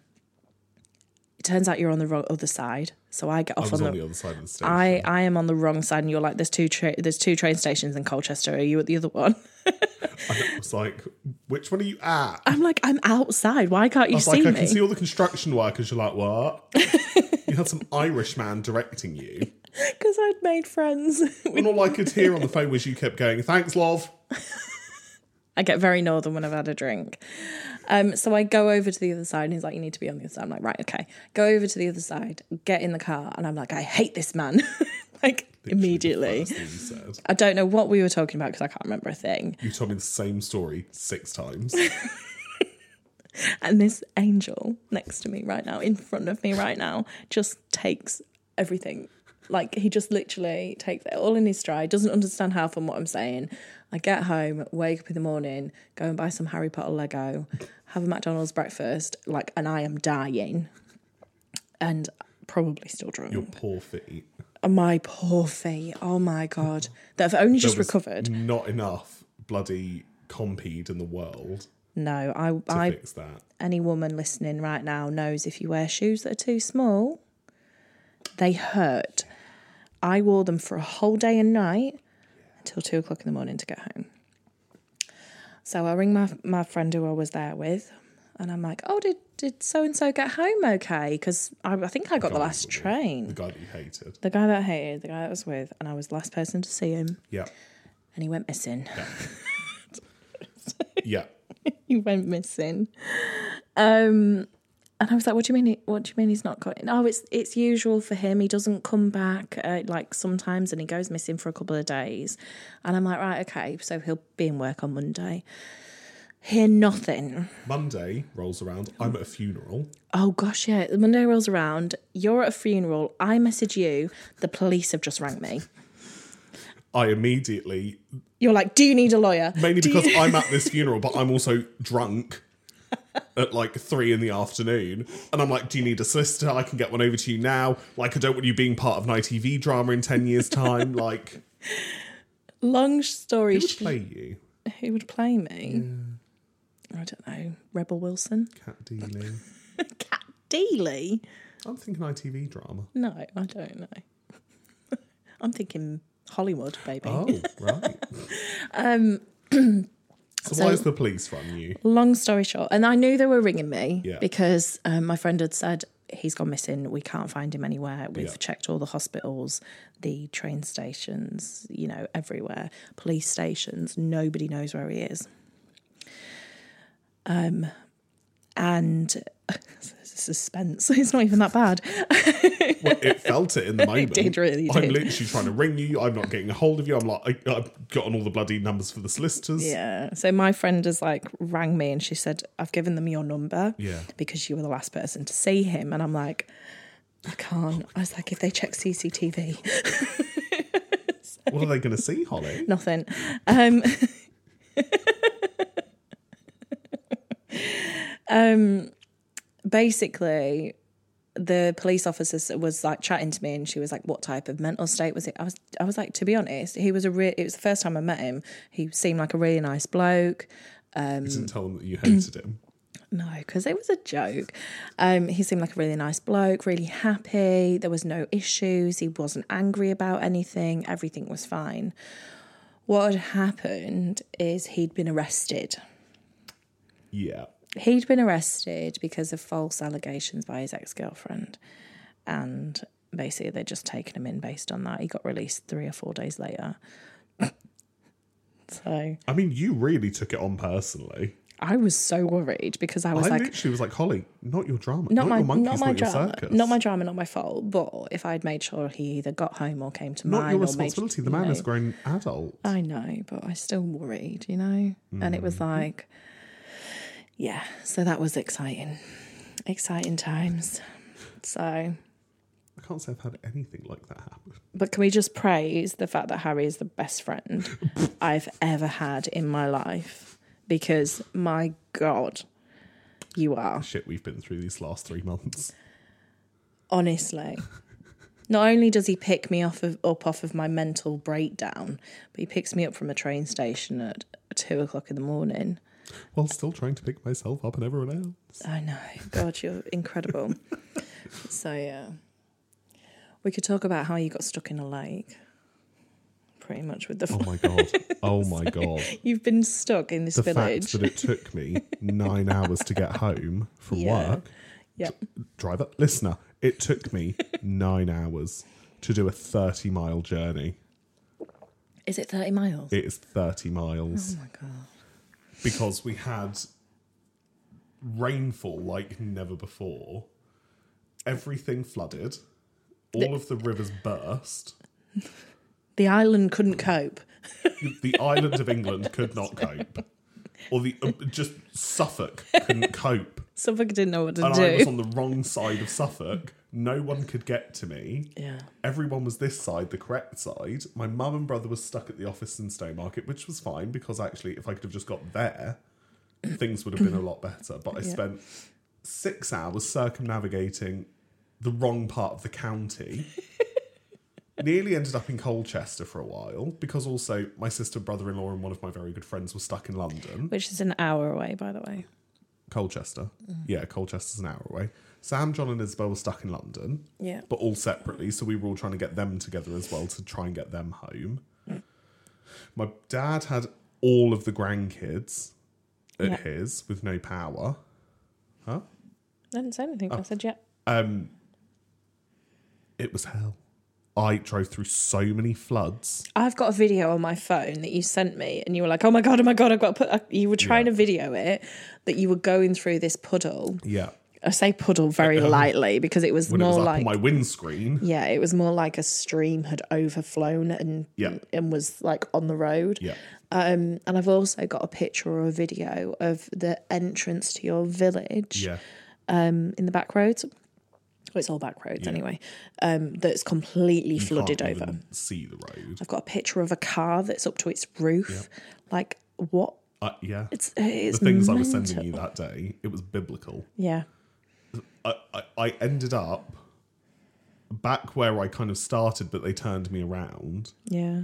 Speaker 2: It turns out you're on the wrong other side. So I get
Speaker 1: I
Speaker 2: off
Speaker 1: was
Speaker 2: on
Speaker 1: on
Speaker 2: the
Speaker 1: the other side of the station.
Speaker 2: I, I am on the wrong side, and you're like, there's two tra- there's two train stations in Colchester. Are you at the other one?
Speaker 1: I was like, which one are you at?
Speaker 2: I'm like, I'm outside. Why can't you
Speaker 1: It's
Speaker 2: see
Speaker 1: like I
Speaker 2: me?
Speaker 1: can see all the construction workers. You're like, what? you had some Irish man directing you,
Speaker 2: Because I'd made friends.
Speaker 1: and all I could hear on the phone was you kept going, "Thanks, love."
Speaker 2: I get very northern when I've had a drink. Um, so I go over to the other side, and he's like, "You need to be on the other side." I'm like, "Right, okay." Go over to the other side, get in the car, and I'm like, "I hate this man!" like immediately.
Speaker 1: That's what you said.
Speaker 2: I don't know what we were talking about because I can't remember a thing.
Speaker 1: You told me the same story six times.
Speaker 2: And this angel next to me right now, in front of me right now, just takes everything. Like he just literally takes it all in his stride, doesn't understand half on what I'm saying. I get home, wake up in the morning, go and buy some Harry Potter Lego, have a McDonald's breakfast, like, and I am dying. And probably still drunk.
Speaker 1: Your poor feet.
Speaker 2: And My poor feet. Oh my God. That I've only just
Speaker 1: There was
Speaker 2: recovered.
Speaker 1: Not enough bloody compede in the world
Speaker 2: No, I,
Speaker 1: to
Speaker 2: I
Speaker 1: fix that.
Speaker 2: any woman listening right now knows if you wear shoes that are too small, they hurt. I wore them for a whole day and night until two o'clock in the morning to get home. So I ring my, my friend who I was there with, and I'm like, oh, did, did so and so get home okay? Because I, I think I got the last
Speaker 1: The
Speaker 2: train.
Speaker 1: guy that you hated.
Speaker 2: The guy that I hated, the guy that I was with, and I was the last person to see him,
Speaker 1: Yeah.
Speaker 2: and he went missing.
Speaker 1: Yeah.
Speaker 2: he went missing. Um, and I was like, "What do you mean? he- What do you mean he's not going?" Oh, it's it's usual for him. He doesn't come back uh, like sometimes, and he goes missing for a couple of days. And I'm like, right, okay, so he'll be in work on Monday. Hear nothing.
Speaker 1: Monday rolls around. I'm at a funeral.
Speaker 2: Oh gosh, yeah. The Monday rolls around. You're at a funeral. I message you. The police have just rang me.
Speaker 1: I immediately,
Speaker 2: You're like, "Do you need a lawyer?"
Speaker 1: mainly
Speaker 2: Do you-
Speaker 1: because I'm at this funeral, but I'm also drunk at like three in the afternoon. And I'm like, do you need a solicitor? I can get one over to you now. Like, I don't want you being part of an ITV drama in 10 years' time. like,
Speaker 2: Long story.
Speaker 1: who would
Speaker 2: sh-
Speaker 1: play you?
Speaker 2: Who would play me? I don't know. Rebel Wilson.
Speaker 1: Cat dealing.
Speaker 2: Cat Dealey.
Speaker 1: I'm thinking ITV drama.
Speaker 2: No, I don't know. I'm thinking Hollywood, baby.
Speaker 1: Oh, right. so,
Speaker 2: Um, so-
Speaker 1: why is the police run you?
Speaker 2: Long story short, and I knew they were ringing me
Speaker 1: Yeah.
Speaker 2: because um, my friend had said he's gone missing. We can't find him anywhere. We've
Speaker 1: Yeah.
Speaker 2: checked all the hospitals, the train stations, you know, everywhere, police stations. Nobody knows where he is. Um, and suspense. It's not even that bad.
Speaker 1: Well, it felt it in the moment.
Speaker 2: did, really
Speaker 1: I'm
Speaker 2: did.
Speaker 1: literally trying to ring you. I'm not getting a hold of you. I'm like, I, I've gotten all the bloody numbers for the solicitors.
Speaker 2: Yeah. So my friend has like rang me and she said, I've given them your number.
Speaker 1: Yeah.
Speaker 2: Because you were the last person to see him. And I'm like, I can't. I was like, if they check CCTV,
Speaker 1: What are they going to see, Holly?
Speaker 2: nothing. Um, um, basically, the police officer was like chatting to me, and she was like, "What type of mental state was it?" I was, I was like, to be honest, he was a. Re- it was the first time I met him. He seemed like a really nice bloke.
Speaker 1: You didn't tell them that you hated him.
Speaker 2: No, because it was a joke. Um, he seemed like a really nice bloke, really happy. There was no issues. He wasn't angry about anything. Everything was fine. What had happened is he'd been arrested.
Speaker 1: Yeah.
Speaker 2: He'd been arrested because of false allegations by his ex girlfriend. And basically, they'd just taken him in based on that. He got released three or four days later. so
Speaker 1: I mean, you really took it on personally.
Speaker 2: I was so worried because I was
Speaker 1: I
Speaker 2: like,
Speaker 1: literally was like, Holly, not your drama.
Speaker 2: not my
Speaker 1: your monkeys,
Speaker 2: not my
Speaker 1: your
Speaker 2: drama,
Speaker 1: circus.
Speaker 2: not my drama, not my fault. But if I'd made sure he either got home or came to
Speaker 1: Not
Speaker 2: mine,
Speaker 1: your
Speaker 2: or made,
Speaker 1: responsibility. The
Speaker 2: you
Speaker 1: man
Speaker 2: know.
Speaker 1: is a grown adult.
Speaker 2: I know, but I still worried, you know. And it
Speaker 1: Mm.
Speaker 2: was like, yeah. So that was exciting, exciting times. So,
Speaker 1: I can't say I've had anything like that happen.
Speaker 2: but can we just praise the fact that Harry is the best friend I've ever had in my life? Because my God, you are.
Speaker 1: Shit, we've been through these last three months.
Speaker 2: honestly not only does he pick me off of, up off of my mental breakdown but he picks me up from a train station at two o'clock in the morning
Speaker 1: While still trying to pick myself up and everyone else.
Speaker 2: i know god you're incredible so yeah we could talk about how you got stuck in a lake pretty much with the
Speaker 1: Oh my god. Oh my god.
Speaker 2: you've been stuck in this
Speaker 1: The fact
Speaker 2: village
Speaker 1: that it took me nine hours to get home from
Speaker 2: Yeah.
Speaker 1: work.
Speaker 2: yep
Speaker 1: Driver, listener, it took me nine hours to do a 30 mile journey.
Speaker 2: is it 30 miles
Speaker 1: It is 30 miles
Speaker 2: oh my god
Speaker 1: because we had rainfall like never before. Everything flooded. All of the rivers burst.
Speaker 2: the island couldn't cope
Speaker 1: the island of England could not cope, or the uh, just Suffolk couldn't cope,
Speaker 2: suffolk didn't know what to
Speaker 1: and I was
Speaker 2: do
Speaker 1: on the wrong side of Suffolk. No one could get to me.
Speaker 2: yeah
Speaker 1: Everyone was this side, the correct side. My mum and brother were stuck at the office in Stowmarket, which was fine because actually, if I could have just got there, things would have been a lot better. But I spent six hours circumnavigating the wrong part of the county. Nearly ended up in Colchester for a while because also my sister, brother in law, and one of my very good friends were stuck in London.
Speaker 2: which is an hour away by the way
Speaker 1: Colchester. Yeah, Colchester's an hour away. Sam, John, and Isabel were stuck in London
Speaker 2: yeah
Speaker 1: but all separately. So we were all trying to get them together as well to try and get them home. My dad had all of the grandkids at
Speaker 2: Yeah.
Speaker 1: his with no power. Huh?
Speaker 2: I didn't say anything. I said, yeah.
Speaker 1: Um, it was hell. I drove through so many floods.
Speaker 2: I've got a video on my phone that you sent me, and you were like, oh my God, oh my God, I've got to put. You were trying to video it, that you were going through this puddle.
Speaker 1: Yeah.
Speaker 2: I say puddle very lightly because it was
Speaker 1: Uh-huh. When it
Speaker 2: more
Speaker 1: was up
Speaker 2: like.
Speaker 1: on my windscreen.
Speaker 2: yeah, it was more like a stream had overflown and
Speaker 1: Yeah.
Speaker 2: and was like on the road.
Speaker 1: Yeah.
Speaker 2: Um, and I've also got a picture or a video of the entrance to your village.
Speaker 1: Yeah.
Speaker 2: um, in the back roads. Well, it's all back roads anyway. Um, that's completely flooded
Speaker 1: Can't
Speaker 2: over.
Speaker 1: even see the road.
Speaker 2: I've got a picture of a car that's up to its roof. Like what?
Speaker 1: Uh, yeah.
Speaker 2: It's it's
Speaker 1: the things I was
Speaker 2: mental.
Speaker 1: sending you that day, it was biblical.
Speaker 2: Yeah,
Speaker 1: I, I, I ended up back where I kind of started, but they turned me around
Speaker 2: yeah.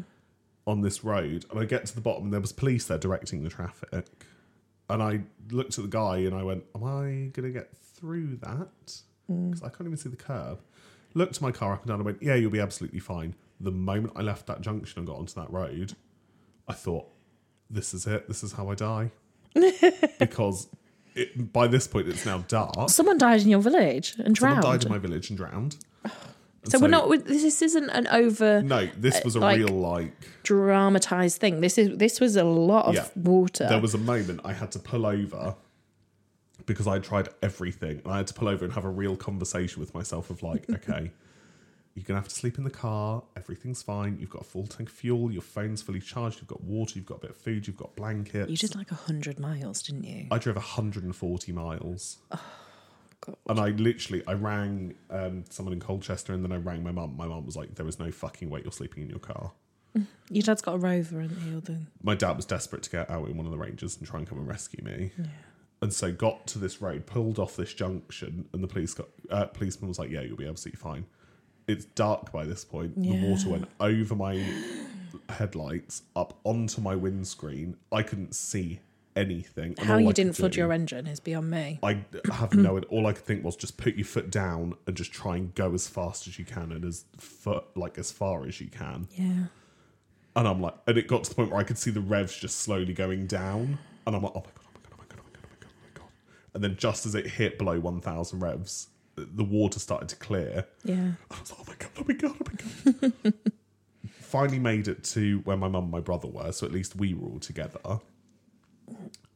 Speaker 1: on this road. And I get to the bottom, and there was police there directing the traffic. And I looked at the guy and I went, Am I going to get through that?
Speaker 2: Mm.
Speaker 1: because I can't even see the curb. Looked my car up and down and went, yeah, you'll be absolutely fine. The moment I left that junction and got onto that road, I thought, this is it. This is how I die. because it, by this point, it's now dark.
Speaker 2: Someone died in your village and drowned.
Speaker 1: Someone died in my village and drowned. And
Speaker 2: so, we're not. with- This isn't an over
Speaker 1: No, this was a
Speaker 2: like-
Speaker 1: real like.
Speaker 2: dramatized thing. This is. This was a lot of
Speaker 1: Yeah.
Speaker 2: water.
Speaker 1: There was a moment I had to pull over because I tried everything. And I had to pull over and have a real conversation with myself of like, okay, you're gonna have to sleep in the car. Everything's fine. You've got a full tank of fuel. Your phone's fully charged. You've got water. You've got a bit of food. You've got blankets.
Speaker 2: you did like hundred miles, didn't you?
Speaker 1: I drove 140 miles.
Speaker 2: Oh,
Speaker 1: and I literally, I rang um, someone in Colchester, and then I rang my mum. My mum was like, "There is no fucking way you're sleeping in your car."
Speaker 2: Your dad's got a rover, hasn't he? Or the,
Speaker 1: my dad was desperate to get out in one of the rangers and try and come and rescue me. And so got to this road, pulled off this junction, and the police got uh, policeman was like, "Yeah, you'll be absolutely fine." It's dark by this point. The water went over my headlights, up onto my windscreen. I couldn't see anything. and
Speaker 2: how
Speaker 1: all I
Speaker 2: you
Speaker 1: could
Speaker 2: didn't flood
Speaker 1: do-
Speaker 2: your engine is beyond me.
Speaker 1: I have no. All I could think was just put your foot down and just try and go as fast as you can and as foot like as far as you can.
Speaker 2: Yeah.
Speaker 1: And I'm like, and it got to the point where I could see the revs just slowly going down. And I'm like, oh my god, oh my god, oh my god, oh my god, oh my god, oh my god. And then just as it hit below 1,000 revs, th- the water started to clear.
Speaker 2: Yeah.
Speaker 1: I was like, oh my god, oh my god, oh my god. Finally made it to where my mum and my brother were, so at least we were all together.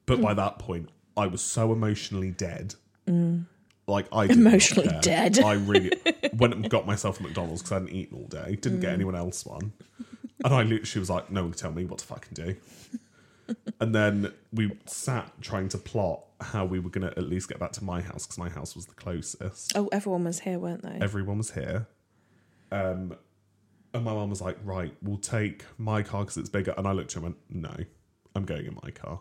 Speaker 1: But by that point, I was so emotionally dead. Like I did not
Speaker 2: Mm. Emotionally
Speaker 1: care.
Speaker 2: dead.
Speaker 1: I really went and got myself a McDonald's because I hadn't eaten all day. Didn't
Speaker 2: Mm.
Speaker 1: get anyone else one, and I literally was like, "No one can tell me what to fucking do." And then we sat trying to plot how we were going to at least get back to my house because my house was the closest
Speaker 2: Oh, everyone was here, weren't they?
Speaker 1: everyone was here. Um, and my mum was like, right, we'll take my car because it's bigger. And I looked at her and went, no, I'm going in my car.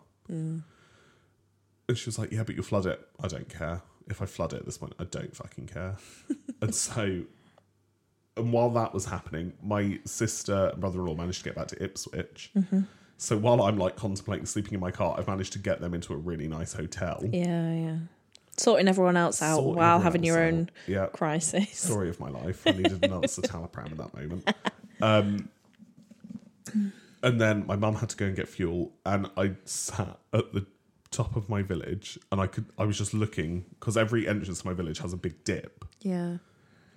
Speaker 1: And she was like, yeah, but you'll flood it. I don't care. If I flood it at this point, I don't fucking care. and so, and while that was happening, my sister and brother in law managed to get back to Ipswich.
Speaker 2: Mm-hmm.
Speaker 1: So while I'm like contemplating sleeping in my car, I've managed to get them into a really nice hotel.
Speaker 2: yeah, yeah. Sorting everyone else out
Speaker 1: Sorting
Speaker 2: while
Speaker 1: everyone
Speaker 2: having
Speaker 1: else
Speaker 2: your
Speaker 1: out.
Speaker 2: own
Speaker 1: yeah.
Speaker 2: crisis.
Speaker 1: story of my life. I needed another citalopram at that moment. Um, and then my mum had to go and get fuel, and I sat at the top of my village, and I could I was just looking because every entrance to my village has a big dip,
Speaker 2: Yeah.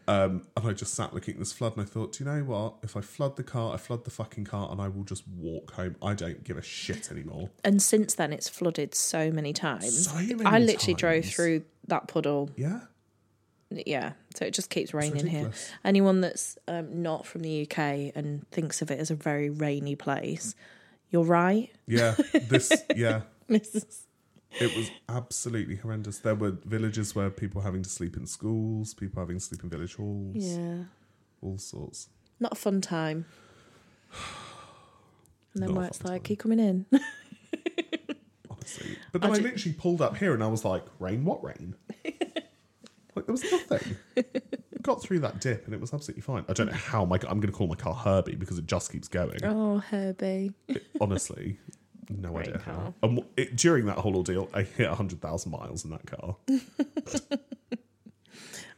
Speaker 1: um, and I just sat looking at this flood, and I thought, do you know what? If I flood the car, I flood the fucking car, and I will just walk home. I don't give a shit anymore.
Speaker 2: And since then, it's flooded so many times.
Speaker 1: So many
Speaker 2: I literally drove
Speaker 1: times.
Speaker 2: through that puddle.
Speaker 1: Yeah,
Speaker 2: Yeah. So it just keeps raining here.
Speaker 1: ridiculous.
Speaker 2: Anyone that's um, not from the UK and thinks of it as a very rainy place, you're right,
Speaker 1: yeah. This, yeah.
Speaker 2: Mrs.
Speaker 1: It was absolutely horrendous. There were villages where people having to sleep in schools, people having to sleep in village halls,
Speaker 2: Yeah.
Speaker 1: all sorts.
Speaker 2: Not a fun time. And then
Speaker 1: Not a
Speaker 2: where
Speaker 1: fun
Speaker 2: it's like,
Speaker 1: time.
Speaker 2: keep coming in.
Speaker 1: Honestly, but then
Speaker 2: I
Speaker 1: I,
Speaker 2: ju-
Speaker 1: literally pulled up here and I was like, "Rain? What rain?" like there was nothing. Got through that dip and it was absolutely fine. I don't know how my I'm going to call my car Herbie because it just keeps going.
Speaker 2: oh, Herbie.
Speaker 1: It- honestly, no
Speaker 2: Great
Speaker 1: idea how.
Speaker 2: car.
Speaker 1: And wh- it, during that whole ordeal, I hit hundred thousand miles in that car.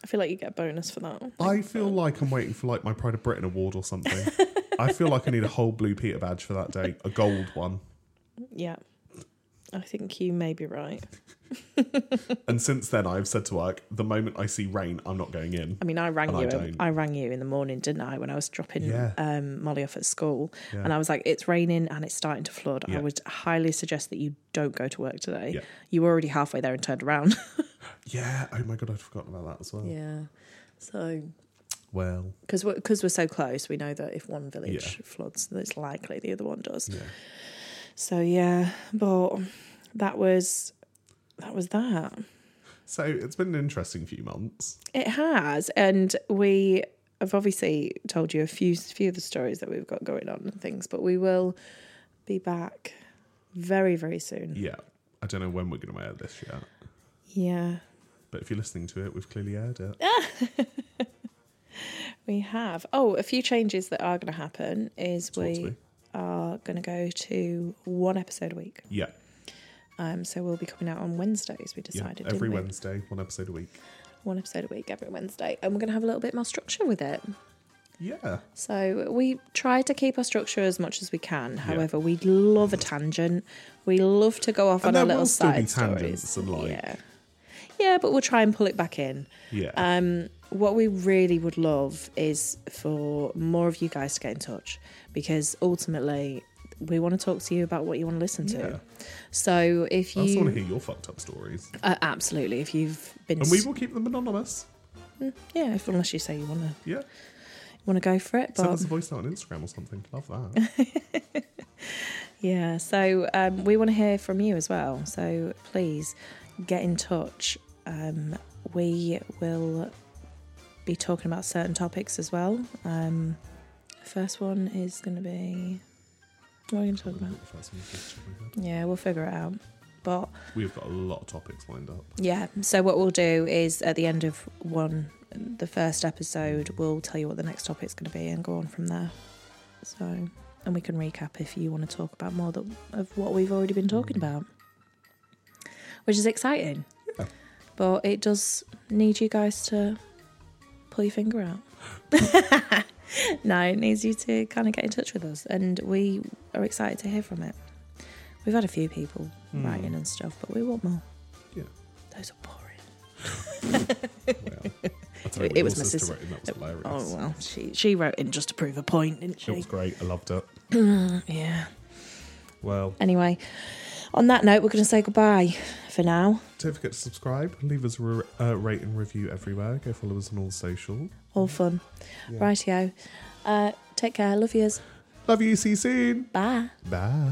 Speaker 2: I feel like you get a bonus for that.
Speaker 1: I feel
Speaker 2: uh,
Speaker 1: like I'm waiting for like my Pride of Britain award or something. I feel like I need a whole blue Peter badge for that day, a gold one.
Speaker 2: Yeah. I think you may be right.
Speaker 1: And since then, I've said to work, the moment I see rain, I'm not going in.
Speaker 2: I mean, I rang
Speaker 1: And I
Speaker 2: you.
Speaker 1: don't.
Speaker 2: I, rang you in the morning, didn't I, when I was dropping
Speaker 1: Yeah.
Speaker 2: um, Molly off at school,
Speaker 1: Yeah.
Speaker 2: and I was like, "It's raining and it's starting to flood.
Speaker 1: Yeah.
Speaker 2: I would highly suggest that you don't go to work today.
Speaker 1: Yeah.
Speaker 2: You were already halfway there and turned around.
Speaker 1: Yeah. Oh my god, I'd forgotten about that as well.
Speaker 2: yeah. So,
Speaker 1: Well,
Speaker 2: because we're, 'cause we're so close, we know that if one village
Speaker 1: Yeah.
Speaker 2: floods, that it's likely the other one does.
Speaker 1: yeah.
Speaker 2: So yeah, but that was that was that.
Speaker 1: So it's been an interesting few months.
Speaker 2: It has, and we have obviously told you a few few of the stories that we've got going on and things, but we will be back very very soon.
Speaker 1: Yeah. I don't know when we're going to air this yet,
Speaker 2: Yeah,
Speaker 1: but if you're listening to it, we've clearly aired it.
Speaker 2: Ah. we have. Oh, a few changes that are going to happen is
Speaker 1: Talk to
Speaker 2: we
Speaker 1: me.
Speaker 2: are going to go to one episode a week.
Speaker 1: Yeah.
Speaker 2: Um, so we'll be coming out on Wednesdays. We
Speaker 1: Yeah.
Speaker 2: decided
Speaker 1: Every
Speaker 2: didn't we?
Speaker 1: Wednesday, one episode a week.
Speaker 2: one episode a week every Wednesday, and we're going to have a little bit more structure with it.
Speaker 4: Yeah.
Speaker 2: So we try to keep our structure as much as we can. However, we love a tangent. We love to go off
Speaker 4: And
Speaker 2: on our
Speaker 4: there will
Speaker 2: little
Speaker 4: still be
Speaker 2: side stories.
Speaker 4: tangents and, like-
Speaker 2: yeah, yeah, but we'll try and pull it back in.
Speaker 4: Yeah.
Speaker 2: Um, what we really would love is for more of you guys to get in touch because ultimately we want to talk to you about what you want to listen to. So if
Speaker 4: I also want to
Speaker 2: you
Speaker 4: hear your fucked up stories.
Speaker 2: uh, absolutely, if you've been,
Speaker 4: And we
Speaker 2: s-
Speaker 4: will keep them anonymous.
Speaker 2: yeah, if, unless you say you want to
Speaker 4: Yeah.
Speaker 2: want to go for it,
Speaker 4: Send
Speaker 2: but
Speaker 4: us a voice note on Instagram or something. Love that.
Speaker 2: Yeah, so um, we want to hear from you as well. So please get in touch. Um, we will be talking about certain topics as well. Um, first one is going to be what are we going to talk about? Yeah, we'll figure it out. But
Speaker 4: We've got a lot of topics lined up.
Speaker 2: yeah, so what we'll do is at the end of one, the first episode, we'll tell you what the next topic's going to be and go on from there. So, and we can recap if you want to talk about more that, of what we've already been talking about, which is exciting.
Speaker 4: Yeah.
Speaker 2: But it does need you guys to pull your finger out. no, it needs you to kind of get in touch with us, and we are excited to hear from it. We've had a few people writing and stuff, but we want more.
Speaker 4: Hmm. Yeah.
Speaker 2: Those are boring.
Speaker 4: Well, I'll tell you
Speaker 2: It
Speaker 4: what, your
Speaker 2: was my
Speaker 4: sister
Speaker 2: sis-
Speaker 4: wrote in, That was hilarious.
Speaker 2: Oh well, she she wrote in just to prove a point, didn't
Speaker 4: It
Speaker 2: she?
Speaker 4: was great. I loved it.
Speaker 2: Yeah.
Speaker 4: Well,
Speaker 2: Anyway, on that note, we're going to say goodbye for now.
Speaker 4: don't forget to subscribe. Leave us a re- uh, rate and review everywhere. Go follow us on all social.
Speaker 2: All fun, rightio. Uh, take care. Love yous.
Speaker 4: Love you. See you soon.
Speaker 2: Bye.
Speaker 4: Bye.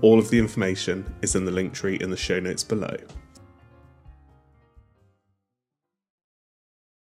Speaker 1: All of the information is in the link tree in the show notes below.